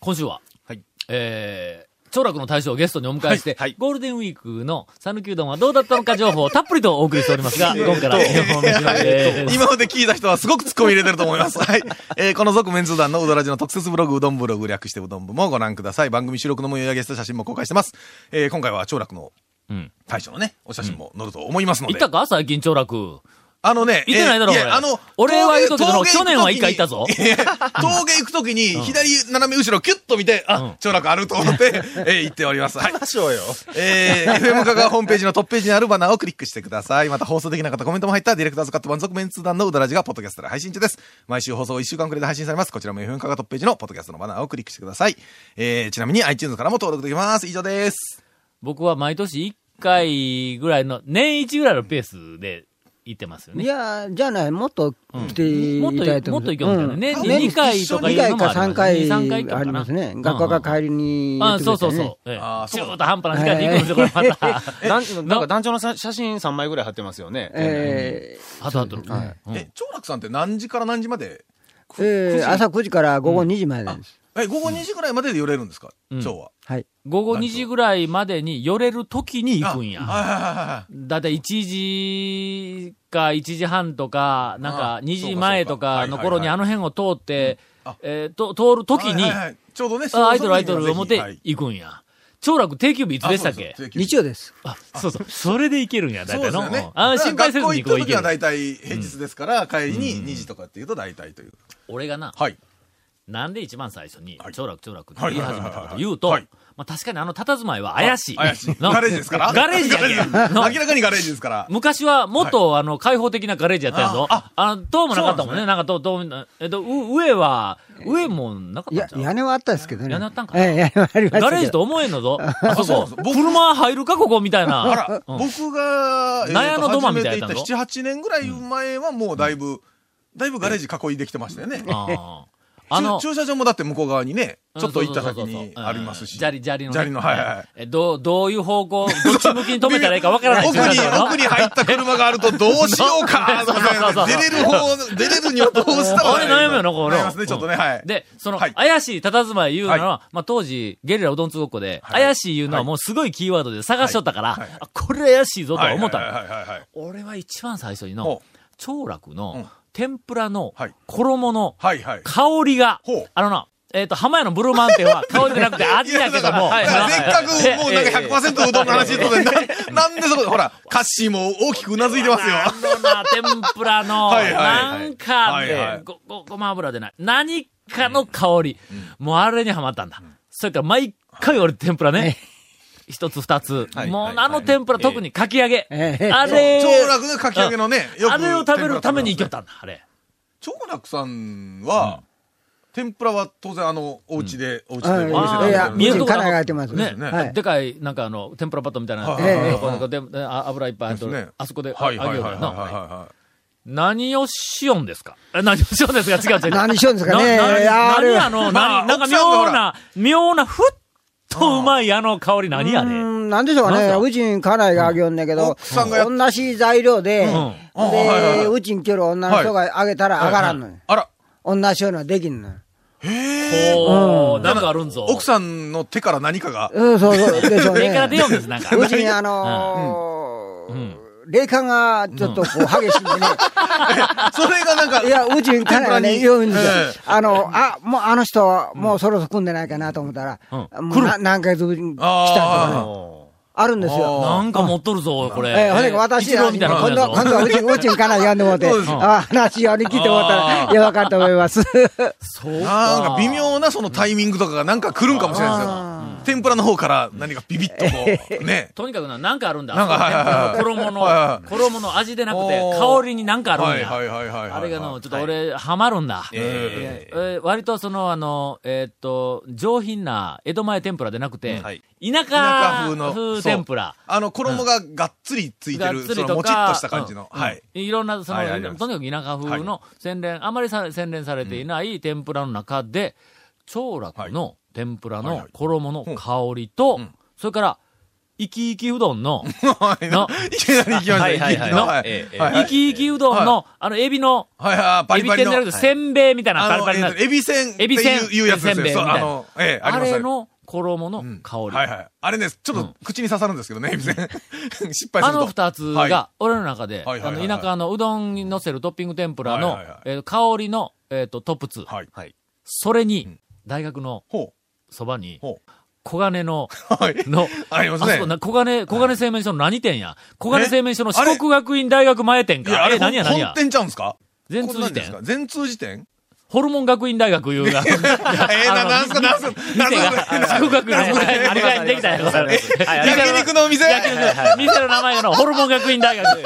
Speaker 1: 今週は、
Speaker 4: はい
Speaker 1: えー、長楽の大将をゲストにお迎えして、
Speaker 4: はいはい
Speaker 1: ゴールデンウィークの讃岐うどんはどうだったのか情報をたっぷりとお送りしておりますが、今から4本目です。
Speaker 3: 今まで聞いた人はすごくツッコミ入れてると思います。はい。えーこの続メンツ団のうどらじの特設ブログ、うどんブログ略してうどん部もご覧ください。番組収録の模様やゲスト写真も公開してます。えー今回は長楽の
Speaker 1: うん
Speaker 3: 大将のね、お写真も載ると思います
Speaker 1: (laughs)
Speaker 3: の
Speaker 1: 行っ
Speaker 3: で。
Speaker 1: たか最近、長楽。
Speaker 3: あのね、
Speaker 1: 行ってないだろ
Speaker 3: えー
Speaker 1: 俺
Speaker 3: やあの、
Speaker 1: 俺は行くけど
Speaker 3: 峠
Speaker 1: 去年は一回行ったぞ。
Speaker 3: 峠行く時に (laughs) 峠行くときに、左斜め後ろキュッと見て、
Speaker 1: うん
Speaker 3: あ、長楽あ
Speaker 1: (laughs)
Speaker 3: ると思って、えー行っております。はい。
Speaker 4: 話をよ。
Speaker 3: えー、FM 香川ホームページのトップページにあるバナーをクリックしてください。また放送できなかったコメントも入ったディレクターズカット満足メンツ団のうだらじがポッドキャストで配信中です。毎週放送1週間くらいで配信されます。こちらも FM 香川トップページのポッドキャストのバナーをクリックしてください。えー、ちなみに iTunes からも登録できます。以上です。
Speaker 1: 僕は毎年1回ぐらいの、年1ぐらいのペースで行ってますよ
Speaker 5: い
Speaker 1: ね。
Speaker 5: や、じゃあない、もっと来て
Speaker 1: もっ
Speaker 5: い
Speaker 1: と
Speaker 5: ただいて
Speaker 1: もっと行けばいいんだよね。年に2回とか
Speaker 5: 2
Speaker 1: いう
Speaker 5: 回
Speaker 1: のも
Speaker 5: か
Speaker 1: ありますね
Speaker 5: 3回
Speaker 1: 二三とかな
Speaker 5: ありますね。
Speaker 1: うん
Speaker 5: 学科が帰りに
Speaker 1: あ
Speaker 5: やってく
Speaker 1: そうそう
Speaker 5: れたりね。
Speaker 1: そう。ええ
Speaker 3: あーそう
Speaker 1: 中途半端な時間で行くんですよ、これまた。
Speaker 4: えなんなんか団長のさ写真3枚ぐらい貼ってますよね。
Speaker 5: え
Speaker 1: あとあと。
Speaker 5: はい
Speaker 1: うん
Speaker 3: え、長楽さんって何時から何時まで
Speaker 5: ーえー朝9時から午後2時までなんです。
Speaker 3: え、午後2時ぐらいまでで寄れるんですか、
Speaker 1: うん
Speaker 3: 今日は。
Speaker 5: はい。
Speaker 1: 午後2時ぐらいまでに寄れる時に行くんや。
Speaker 3: あはいはいはいはい。
Speaker 1: だいたい1時か1時半とか、なん
Speaker 3: あ
Speaker 1: か2
Speaker 3: そうか
Speaker 1: 時前とかの頃にあ
Speaker 3: そう
Speaker 1: の辺を通って
Speaker 3: うんあ、
Speaker 1: えーと通る時に
Speaker 3: はい、はいはいちょうどね、
Speaker 1: あアイドルアイドルを持っ
Speaker 3: ぜひは
Speaker 1: て
Speaker 3: い
Speaker 1: 行くんや。長楽定休日いつでしたっ
Speaker 3: あ
Speaker 1: け
Speaker 3: そうです
Speaker 5: 日曜です。
Speaker 1: あ、そうそう。それで行けるんや、
Speaker 3: そ
Speaker 1: 大
Speaker 3: うで
Speaker 1: 体の。
Speaker 3: す
Speaker 1: う
Speaker 3: よね
Speaker 1: ん。あ心配せずに
Speaker 3: 学校
Speaker 1: こう行け
Speaker 3: 行った時は
Speaker 1: る。
Speaker 3: 大体平日ですから、帰りに2時とかっていうと大体という。
Speaker 1: 俺がな、
Speaker 3: はい。
Speaker 1: なんで一番最初に
Speaker 3: は、い
Speaker 1: 長楽長楽って
Speaker 3: はい
Speaker 1: 言い始めたかという
Speaker 3: は
Speaker 1: と
Speaker 3: いはいはいはいはい、
Speaker 1: まあ確かにあの佇まいは怪しい。
Speaker 3: 怪しい。
Speaker 1: な
Speaker 3: ガレージですから
Speaker 1: ガレージや
Speaker 3: ガ
Speaker 1: け
Speaker 3: レー
Speaker 1: ど
Speaker 3: ジ
Speaker 1: な
Speaker 3: 明らかにガレージですから。
Speaker 1: 昔はもっと、あの、開放的なガレージやったやぞ。あ
Speaker 3: あ、
Speaker 1: あの、塔もなかったもんね。
Speaker 3: そ
Speaker 1: なんか塔、塔、えっと、う上は、上もなかった
Speaker 5: や
Speaker 1: ん、ちゃう
Speaker 5: 屋根はあったんですけどね。
Speaker 1: 屋根あったんか
Speaker 5: ええ、屋根はありましたけど。
Speaker 1: ガレージと思えんのぞ。あそ
Speaker 3: そうな
Speaker 1: こ
Speaker 3: んです。僕
Speaker 1: 車入るか、ここみたいな。
Speaker 3: あら、
Speaker 1: うん
Speaker 3: 僕が、えーと
Speaker 1: 納屋の土間みたいな
Speaker 3: 初めて行った7、8年ぐらい前はもうだいぶ、だいぶガレージ囲いできてましたよね。
Speaker 1: あーあの
Speaker 3: 駐、駐車場もだって向こう側にね、ちょっと行った先
Speaker 1: そうそうそう
Speaker 3: に
Speaker 1: そう
Speaker 3: あります
Speaker 1: う
Speaker 3: し。
Speaker 1: ん砂利、砂利のね。
Speaker 3: 砂利の、はいはいはい。
Speaker 1: え、どう、どういう方向、どっち向きに止めたらいいかわからない
Speaker 3: 奥
Speaker 1: 駐車
Speaker 3: に、
Speaker 1: 場やろ
Speaker 3: 奥に入った車があるとどうしようか
Speaker 1: (laughs) そうそうそうそう
Speaker 3: 出れる方、出れるにはどうしたらいい
Speaker 1: 俺悩むよなこれ
Speaker 3: 悩みますね、ちょっとね、はい。
Speaker 1: で、その、
Speaker 3: はい
Speaker 1: 怪しい佇まい言うのは、まあ、当時、ゲリラうどんつごっこで、
Speaker 3: はい
Speaker 1: 怪しい言うのはもうすごいキーワードで探しとったから、
Speaker 3: はいはい
Speaker 1: あこれ怪しいぞとは思ったの、
Speaker 3: はいはいはいはいはい。
Speaker 1: 俺は一番最初に
Speaker 3: ほ
Speaker 1: の
Speaker 3: う、
Speaker 1: 長楽の、
Speaker 3: うん
Speaker 1: 天ぷらの
Speaker 3: はい、
Speaker 1: 衣の、
Speaker 3: はいはい。
Speaker 1: 香りが、
Speaker 3: ほう
Speaker 1: あのな、えっ、と、浜屋のブルーマウンテンは香りじゃなくて味やけども、
Speaker 3: だからせっかくもうなんか
Speaker 1: ええ
Speaker 3: 100%うどんの話とで、
Speaker 1: (laughs)
Speaker 3: ななんでそこで、ほら、カッシーも大きくうなずいてますよ。
Speaker 1: あのな、天ぷらの、
Speaker 3: はいはいはい
Speaker 1: なんか
Speaker 3: はいは
Speaker 1: ね
Speaker 3: い、
Speaker 1: ご、ご、ごま油でない。何かの香り。もうあれにはまったんだ。それから毎回俺天ぷらね。一つ二つ。
Speaker 3: はい
Speaker 1: もう
Speaker 3: はい
Speaker 1: あの天ぷら、特にかき揚げ。
Speaker 5: ええ
Speaker 1: あれ、
Speaker 3: 長楽のかき揚げのね、よく
Speaker 1: あれを食べるために行
Speaker 3: 天
Speaker 1: け
Speaker 3: ぷ
Speaker 1: たんだ、あれ。
Speaker 3: ら食べますね長楽さんは、天ぷらは当然あの、お家で、お家で、お
Speaker 5: はい
Speaker 3: 店で
Speaker 1: あー
Speaker 3: 食
Speaker 5: いや、
Speaker 3: べて
Speaker 1: 見える
Speaker 3: る
Speaker 1: と
Speaker 5: と
Speaker 1: こ
Speaker 5: こ
Speaker 1: だ
Speaker 5: からが開いてます。
Speaker 1: ね
Speaker 3: ね
Speaker 5: はい。
Speaker 1: でかい、なんかあの、天ぷらパッドみたいな、
Speaker 3: はい
Speaker 1: ところでであ油いっぱい入っと
Speaker 3: です
Speaker 1: る
Speaker 3: ね。
Speaker 1: あそこであ揚
Speaker 3: はい
Speaker 1: げ
Speaker 3: はい
Speaker 1: よう
Speaker 3: はいはい
Speaker 1: や
Speaker 3: はい
Speaker 1: な。
Speaker 3: は
Speaker 1: 何をしよんですかえ何をしよんですか違う違う。
Speaker 5: (laughs) 何しよんですかね
Speaker 1: なな
Speaker 5: あれ
Speaker 1: 何
Speaker 5: は
Speaker 1: あの、
Speaker 3: まあ
Speaker 1: 何なんか
Speaker 3: 奥さんが
Speaker 1: 妙
Speaker 3: ほ
Speaker 1: な
Speaker 3: ら、
Speaker 1: 妙な、ふっとうまいあの香り何や
Speaker 5: うー
Speaker 1: ね。
Speaker 5: んなんでしょう
Speaker 1: なん
Speaker 5: ね。
Speaker 1: だ
Speaker 5: うちに家内があげよんだけど、
Speaker 3: 奥さんがやっ
Speaker 5: 同じ材料で、
Speaker 3: うんあはいはいはい
Speaker 5: で、うちに来る女の人があげたら上がらんのよ。
Speaker 3: い。あら、
Speaker 5: 同じようなのできんのよ。
Speaker 1: ほう、なんかあるんぞ。
Speaker 3: 奥
Speaker 1: さ
Speaker 3: さんの手から何かが、
Speaker 5: うん、そうそう、でしょう
Speaker 1: 上から出よ
Speaker 5: ね。
Speaker 1: んです、なんか。
Speaker 5: うちにあの
Speaker 1: うんう
Speaker 5: ー、霊感がちょっとこう激しいんでね。
Speaker 3: それがなんか、
Speaker 5: いや、うちに彼
Speaker 3: 天
Speaker 5: が
Speaker 3: ぷらに
Speaker 5: ね、言うんですよ
Speaker 3: ええ。
Speaker 5: あの、あ、もうあの人は、もうそろそろ組んでないかなと思ったら、
Speaker 1: うん
Speaker 5: もうな何ヶ月ぶりに来たと
Speaker 3: あ
Speaker 5: かね、あるんですよ。
Speaker 1: なんか持っとるぞ、これ。
Speaker 5: ええ、ほんで、私、
Speaker 1: 一郎みたいな
Speaker 5: 今
Speaker 1: 感じ
Speaker 5: 度
Speaker 1: や
Speaker 5: は、今
Speaker 1: ぞ。
Speaker 5: 度はうち、うちにから呼んでも
Speaker 1: (laughs)
Speaker 5: うて、
Speaker 3: そうです
Speaker 5: あ話をに聞いてもらった
Speaker 3: あ
Speaker 5: ら、いや、わかると思います。
Speaker 1: そう
Speaker 3: なんか微
Speaker 1: か
Speaker 3: 妙なそのタイミングとかがなんか来るんかもしれないですよ。天ぷらの方から何かビビッとこ
Speaker 1: (laughs)
Speaker 3: う、ね。
Speaker 1: とにかくな、なんかあるんだ。
Speaker 3: なんかはいはいはい
Speaker 1: あそこの天ぷら
Speaker 3: はい
Speaker 1: の
Speaker 3: は
Speaker 1: 衣の、衣の味でなくて
Speaker 3: お、ー
Speaker 1: 香りになんかあるんや。
Speaker 3: はいはいはいはいはいはい
Speaker 1: あれがの、ちょっと俺、ハマるんだ。
Speaker 3: え
Speaker 1: えー割とその、あの、えーっと、上品な江戸前天ぷらでなくて、
Speaker 3: はい
Speaker 1: 田
Speaker 3: 田舎
Speaker 1: 舎
Speaker 3: 風の
Speaker 1: 風天ぷら。
Speaker 3: あの、衣ががっつりついて
Speaker 1: がっ
Speaker 3: る、
Speaker 1: つ
Speaker 3: そ
Speaker 1: り
Speaker 3: の
Speaker 1: と
Speaker 3: もちっ
Speaker 1: か、
Speaker 3: とした感じの。
Speaker 1: うん
Speaker 3: はい。
Speaker 1: いろんな、その、
Speaker 3: はいあります
Speaker 1: とにかく田舎風の洗練、あまりさ洗練されていない天ぷらの中で、長楽の天ぷら
Speaker 3: はいは
Speaker 1: の
Speaker 3: い
Speaker 1: 衣の香りと、それから、生き生きうどんの、
Speaker 3: はい
Speaker 1: の
Speaker 3: いきなり行きました
Speaker 4: は
Speaker 3: ね。
Speaker 4: いはいはい
Speaker 3: のは
Speaker 4: え
Speaker 3: い (laughs)
Speaker 4: え
Speaker 3: はい
Speaker 1: 生き生きうどんの、あの、エビの、
Speaker 3: はいはい、パ
Speaker 1: エ
Speaker 3: リ
Speaker 1: ビ
Speaker 3: パ
Speaker 1: 天
Speaker 3: リ
Speaker 1: じゃ
Speaker 3: の。
Speaker 1: なくて、せんべいみたいな、
Speaker 3: あ
Speaker 1: パリパリ
Speaker 3: の、
Speaker 1: な
Speaker 3: えっとエビせんって
Speaker 1: エビせん
Speaker 3: いういうやつです
Speaker 1: せんべい
Speaker 3: よ。
Speaker 1: みたいな
Speaker 3: あの、ええ、あり
Speaker 1: あ
Speaker 3: ます
Speaker 1: れ
Speaker 3: よね
Speaker 1: の衣の香り。
Speaker 3: はいはい。あれね、ちょっと口に刺さるんですけどね、エビせん。 (laughs) 失敗す
Speaker 1: あ
Speaker 3: ると。
Speaker 1: の二つ
Speaker 3: はい
Speaker 1: が、俺の中で、
Speaker 3: はいはい
Speaker 1: あ
Speaker 3: はいはい
Speaker 1: の、田舎のうどんに乗せるトッピング天ぷらの
Speaker 3: はいはいはい、
Speaker 1: えー香りの、えっと、トップツ。
Speaker 3: はい。
Speaker 1: それに、大学の
Speaker 3: ほ
Speaker 1: そばに
Speaker 3: う、、ほ
Speaker 1: 黄金の、
Speaker 3: う。はい。
Speaker 1: の、
Speaker 3: あり
Speaker 1: あ
Speaker 3: ます
Speaker 1: そこ
Speaker 3: ね。
Speaker 1: な、黄金、黄金製麺所の何店や黄金製麺所の
Speaker 3: あれ
Speaker 1: 四国学院大学前店
Speaker 3: いや、
Speaker 1: か。
Speaker 3: あ
Speaker 1: え
Speaker 3: れ、
Speaker 1: ー、何や何や
Speaker 3: 本。店ちゃうんすか
Speaker 1: 全通
Speaker 3: こんな
Speaker 1: 寺
Speaker 3: んですか
Speaker 1: 店
Speaker 3: 全通辞典
Speaker 1: ホルモン学院大学いうが。え
Speaker 3: えーななんすかなんすかなんす
Speaker 1: 店
Speaker 3: か
Speaker 1: が、四国学院大学にあれぐらいにできたやろ、それ。
Speaker 3: 焼肉のお店
Speaker 1: 焼肉の店の名前がの、ホルモン学院大学。
Speaker 4: い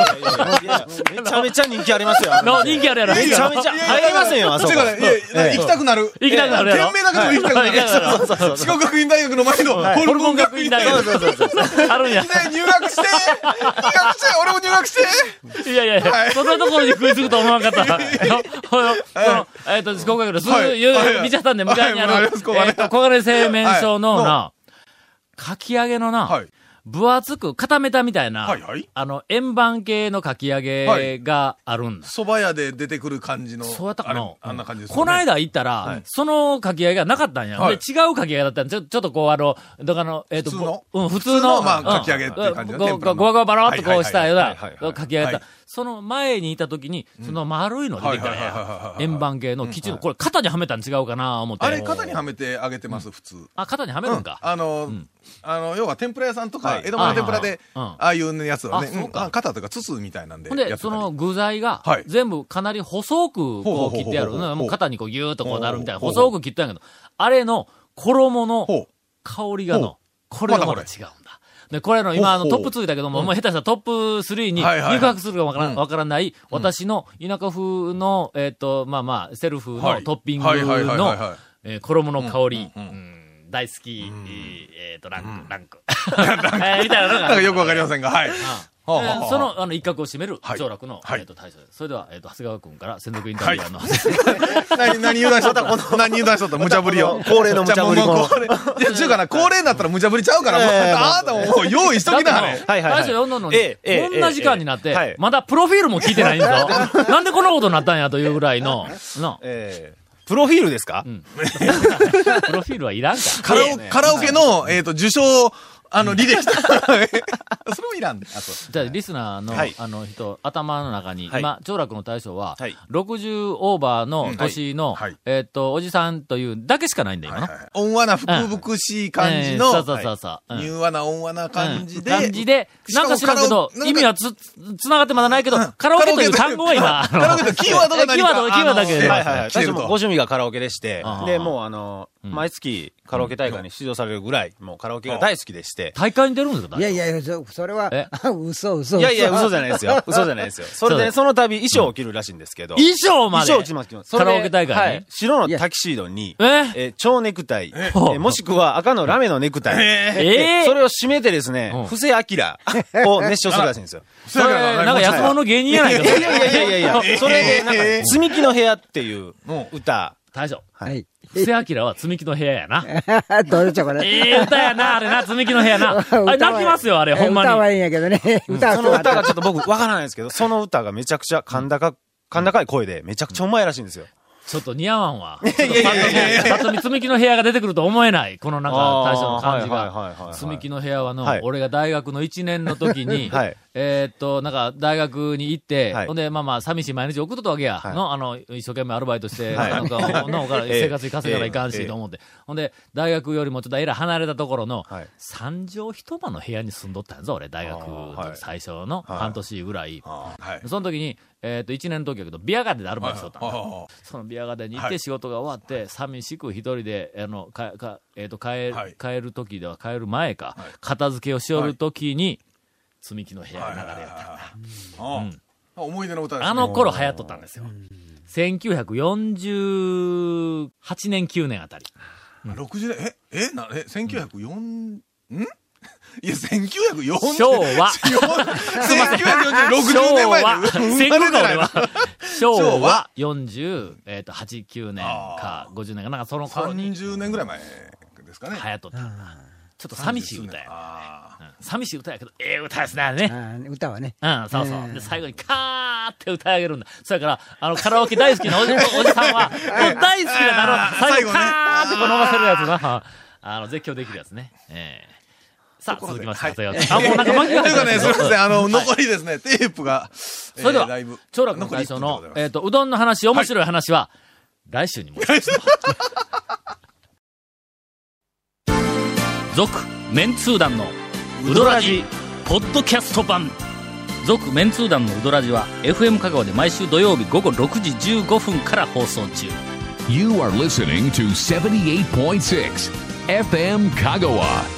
Speaker 4: やめちゃめちゃ人気ありますよ。あの
Speaker 1: の人気あるやろ。
Speaker 4: めちゃめちゃ入りませんよ、あそこ。
Speaker 3: ちょっと待っていや行きたくなる。
Speaker 1: 行きたくなるやろ
Speaker 3: 店名だけでも行きたくなる。
Speaker 1: はい
Speaker 4: そうそう
Speaker 3: 四
Speaker 4: そ
Speaker 3: 国
Speaker 4: う。
Speaker 3: 学院大学の前のホ
Speaker 1: ホ
Speaker 3: ル
Speaker 1: ル
Speaker 3: モ
Speaker 1: モン
Speaker 3: ン学
Speaker 1: 学
Speaker 3: 院
Speaker 1: 院
Speaker 3: 大
Speaker 1: 大
Speaker 3: 学。
Speaker 1: 学。
Speaker 3: ね、
Speaker 1: あるんや。
Speaker 3: 入学して入学して俺も入学して
Speaker 1: いやいやいや、そんなところに食いつくと思わんかった。のその、えっと、四国学の、すぐ、
Speaker 3: はい
Speaker 1: よ
Speaker 3: はい
Speaker 1: 見ちゃったんで、向かいにあ
Speaker 3: はい
Speaker 1: る、
Speaker 3: わかりますここはね
Speaker 1: えっと、小金製麺所の
Speaker 3: はい
Speaker 1: な、かき揚げの
Speaker 3: は、
Speaker 1: ない分厚く固めたみたいな
Speaker 3: はいはい、
Speaker 1: あの、円盤系のかき揚げがあるんだ。
Speaker 3: 蕎麦屋で出てくる感じの。
Speaker 1: そうやったか
Speaker 3: あれ
Speaker 1: な
Speaker 3: あんな感じですよね。
Speaker 1: この間行ったら、そのかき揚げがなかったんや。
Speaker 3: は
Speaker 1: で、
Speaker 3: い
Speaker 1: 違うかき揚げだったんちょ、ちょっとこう、あの、だからあの、えっと、
Speaker 3: 普通の
Speaker 1: うん、普通
Speaker 3: 普通
Speaker 1: の、
Speaker 3: のまあ
Speaker 1: うん
Speaker 3: かき揚げっていう感じの
Speaker 1: うん
Speaker 3: 天ぷ
Speaker 1: ご
Speaker 3: らの
Speaker 1: ごごごばろっとこうしたよう
Speaker 3: は
Speaker 1: ない
Speaker 3: はいはいはいはい
Speaker 1: かき揚げだ
Speaker 3: はい
Speaker 1: その前にいた時に、その丸いの出てきたん
Speaker 3: はいはいはいはいはい
Speaker 1: や
Speaker 3: は。い
Speaker 1: 円盤系の基地の、これ肩にはめたん違うかな、思って。
Speaker 3: あれ肩にはめてあげてます、普通。
Speaker 1: あ、肩にはめるんか。
Speaker 3: あの、
Speaker 1: ん
Speaker 3: あの、要は天ぷら屋さんとか、
Speaker 4: はい
Speaker 3: 江戸前の天ぷらで、
Speaker 1: はいはいはいうん
Speaker 3: ああいうやつはね
Speaker 1: あ、そうか
Speaker 3: んあ肩というか筒みたいなんで。
Speaker 1: ほん
Speaker 3: や
Speaker 1: で、
Speaker 3: ってた
Speaker 1: そ
Speaker 3: り
Speaker 1: の具材が
Speaker 3: はい、
Speaker 1: 全部かなり細く
Speaker 3: ほうほう
Speaker 1: こ
Speaker 3: ほう
Speaker 1: う
Speaker 3: ほう
Speaker 1: 切ってある。
Speaker 3: ほうほう
Speaker 1: もう肩にこうギューっとこうなるみたいな。
Speaker 3: ほうほうほう
Speaker 1: 細く切ったんやけど、あれの衣の
Speaker 3: ほう
Speaker 1: 香りがの、これは
Speaker 3: ま
Speaker 1: ま
Speaker 3: たこ
Speaker 1: た
Speaker 3: れ
Speaker 1: 違うんだ。で、これの今、あの、
Speaker 3: ほうほ
Speaker 1: ト
Speaker 3: う
Speaker 1: ップ2だけども、もう下手したらトップ3に
Speaker 3: はいはいはい
Speaker 1: 肉薄するかわから,、
Speaker 3: うん
Speaker 1: わからない、私の田舎風の、えっ、と、まあまあ、セルフ
Speaker 3: は
Speaker 1: の
Speaker 3: い
Speaker 1: トッピング
Speaker 3: はいはいはいはい
Speaker 1: の
Speaker 3: はい、
Speaker 1: えー衣の香り、
Speaker 3: うんうんう
Speaker 1: うん大好き、えっ、と、ランク、ランク。 (laughs) えーみたいなの
Speaker 3: なんか
Speaker 1: が。
Speaker 3: (laughs) よくわかりませんが、はい。
Speaker 1: え
Speaker 3: はあはあは
Speaker 1: ー
Speaker 3: あ
Speaker 1: そ、の、あの、一角を占める、
Speaker 3: はい
Speaker 1: 長楽の、
Speaker 3: はい
Speaker 1: えっ、と、大将です。それでは、えっ、と、長谷川君から、専属インタビュアーの、
Speaker 3: 何、何油断しとった何油断しとった無茶ぶりを。
Speaker 4: またこの恒例の無茶ぶり
Speaker 3: じゃあもう
Speaker 4: こ
Speaker 3: もう恒例いや、ちゅうかな、恒例になったら無茶ぶりちゃうから、もう
Speaker 4: ええ
Speaker 3: あなたももう用意しときなはれ。
Speaker 4: はいはいはい
Speaker 1: 大将呼んどんのに、
Speaker 4: ええええ
Speaker 1: こんな時間になって、
Speaker 4: ええはい
Speaker 1: まだプロフィールも聞いてないんですよ。なんでこんなことになったんやというぐらいの、
Speaker 4: (laughs)
Speaker 1: の、
Speaker 4: えープロフィールですか
Speaker 1: プロフィールはいらんか。
Speaker 3: カラオカラオケの、えっと、受賞、あの、履
Speaker 1: (laughs)
Speaker 3: 歴とそれもいらんで。あと
Speaker 1: じゃあ、リスナーの、
Speaker 4: はい
Speaker 1: あの人、頭の中に、
Speaker 4: はい
Speaker 1: 今、長楽の大将は、
Speaker 4: はい
Speaker 1: 60オーバーの年の、
Speaker 3: はいはい
Speaker 1: えっと、おじさんというだけしかないんだよ、今の。
Speaker 3: 温和な福々しい感じ
Speaker 1: えー
Speaker 3: の、
Speaker 1: そうそうそうそう。うん
Speaker 3: 柔和な温和な感じで、
Speaker 1: うん感じで、なんか知らんけど
Speaker 3: しかもカラオ、
Speaker 1: 意味はつ、つながってまだないけど、
Speaker 3: うん
Speaker 1: カラオケという単語は今、
Speaker 3: (laughs) カラオケというキーワードが何か
Speaker 1: キーワードがキーワードだけで
Speaker 3: え
Speaker 1: 出て
Speaker 3: え
Speaker 4: は
Speaker 1: ま
Speaker 4: い
Speaker 1: すね
Speaker 4: はいはい。
Speaker 3: 来てる
Speaker 4: 私
Speaker 3: と
Speaker 4: もご趣味がカラオケでして
Speaker 1: あー、
Speaker 4: で、もうあの、
Speaker 1: うん
Speaker 4: 毎月カラオケ大会に出場されるぐらい、もうカラオケが大好きでして、
Speaker 1: 大会に出るんですか
Speaker 5: いやいや、そそれは
Speaker 1: え、
Speaker 5: (laughs) 嘘嘘。
Speaker 4: いやいや、嘘じゃ
Speaker 5: ゃ
Speaker 4: ないで
Speaker 1: (laughs)
Speaker 4: すよ。嘘じゃないですよ。それでね、その度衣装を着るらしいんですけど。
Speaker 1: 衣装ま
Speaker 4: 衣
Speaker 1: で
Speaker 4: 装を着ます着ます。それで
Speaker 1: カラオケ大会に
Speaker 4: はい白のタキシードに、
Speaker 1: え
Speaker 4: えー蝶ネクタイ、え
Speaker 1: ほう
Speaker 4: ーもしくは赤のラメのネクタイ。
Speaker 1: えー
Speaker 4: それを締めてですね
Speaker 1: うん、
Speaker 4: 布
Speaker 1: (laughs)
Speaker 4: 施明を熱唱するらしいんですよ。
Speaker 1: それ、なんか安物の芸人やないか、
Speaker 4: いやいやいやいやいやいや、それで、なんか、
Speaker 3: えー
Speaker 4: 積み木の部屋っていう歌。
Speaker 1: 大将。
Speaker 5: はい。
Speaker 1: 布施明は積み木の部屋やな。
Speaker 5: (laughs) どうでしょう、これ。
Speaker 1: ええ歌やな、あれな、積み木の部屋
Speaker 4: (laughs)
Speaker 1: な。
Speaker 5: (laughs) 歌
Speaker 1: あれ
Speaker 5: は
Speaker 1: 泣きますよ、あれ、ほんま
Speaker 5: 歌は
Speaker 1: に。
Speaker 5: いいんやけどね。歌は
Speaker 4: その歌が
Speaker 5: が
Speaker 4: ちょっと僕わからないんですけど、その歌がめちゃくちゃ甲高、甲高い声でめちゃくちゃうまいらしいんですよ。
Speaker 1: ちょっと似合わん
Speaker 4: (laughs)
Speaker 1: わ。ちょっとパッと見パッと見積み木の部屋が出てくると思えない。このなんか、大将の感じ
Speaker 4: あーはいはいはいは
Speaker 1: が。
Speaker 4: い
Speaker 1: 積み木の部屋はの
Speaker 4: はい、
Speaker 1: 俺が大学の1年の時に
Speaker 4: (laughs) はい、
Speaker 1: えーっと、なんか、大学に行って、
Speaker 4: はい
Speaker 1: ほんで、まあまあ、寂しい毎日送っとったわけや。
Speaker 4: い
Speaker 1: の、あの、一生懸命アルバイトして、
Speaker 4: はい
Speaker 1: なんか、の、お金
Speaker 4: (laughs) ええ
Speaker 1: 生活費稼がないかんし、と思って。ほんで、大学よりもちょっとえらい離れたところの
Speaker 4: はい、
Speaker 1: 三畳一間の部屋に住んどったんやぞ、俺、大学
Speaker 4: あーは
Speaker 1: の
Speaker 4: い
Speaker 1: 最初の
Speaker 4: はい
Speaker 1: 半年ぐらい。
Speaker 3: はい。
Speaker 1: その時に、えっ、と、1年の時やけど、ビアガーデンでアルバイトしとったんだそのビアガーデンに行っ
Speaker 3: は
Speaker 1: て
Speaker 3: い
Speaker 1: 仕事が終わって、寂しく一人で、あの、か、か、えっ、と、帰る、
Speaker 3: はい
Speaker 1: 帰る時では帰る前か、片付けをしよる時に、積み木の部屋が流れよった、
Speaker 3: 思い出の歌です。
Speaker 1: あの頃流行っとったんですよ。1948年、9年あたり。
Speaker 3: 60年、え、え、な、え、1904、ん (laughs) いや、1940。
Speaker 1: 昭
Speaker 3: (laughs)
Speaker 1: 和。す昭
Speaker 3: 1960年前
Speaker 1: 和、戦後か俺は。昭
Speaker 3: 昭
Speaker 1: 和
Speaker 3: 和
Speaker 1: 40、えっ、と、8、9年か50年か、なんかその頃に
Speaker 3: 30年ぐらい前ですかね。
Speaker 1: 流行っとったんだ。ちょっと寂しい歌や。
Speaker 3: あ
Speaker 1: うん寂しい歌やけど、ええ歌ですね、あれね。
Speaker 5: 歌はね。
Speaker 1: うん、そうそう。
Speaker 5: ええ
Speaker 1: で、最後にカーって歌い上げるんだ。それから、あの、カラオケ大好きなおじおじさんは、もう大好きだから、最
Speaker 3: 最
Speaker 1: 後
Speaker 3: 後
Speaker 1: に
Speaker 3: ね
Speaker 1: カーってこう飲ませるやつな。あの、絶叫できるやつね。ええさあ、続きまして、長谷川君あ、もうなんか巻き
Speaker 3: というか (laughs) ね、すみません、あの、
Speaker 1: はい
Speaker 3: 残りですね、テープが。そ
Speaker 1: それで
Speaker 3: だい
Speaker 1: は
Speaker 3: ぶ、
Speaker 1: 長楽の
Speaker 3: 残り
Speaker 1: 会
Speaker 3: 一
Speaker 1: 長
Speaker 3: 分でご
Speaker 1: の
Speaker 3: ざいま、す
Speaker 1: えっと、うどんの話、面白い話は、来週にも。続、メンツー団の、ウドラジ、ポッドキャスト版。続、メンツー団のウドラジは、FM 香川で毎週土曜日午後6時15分から放送中。
Speaker 2: You are listening to 78.6 FM Kagawa.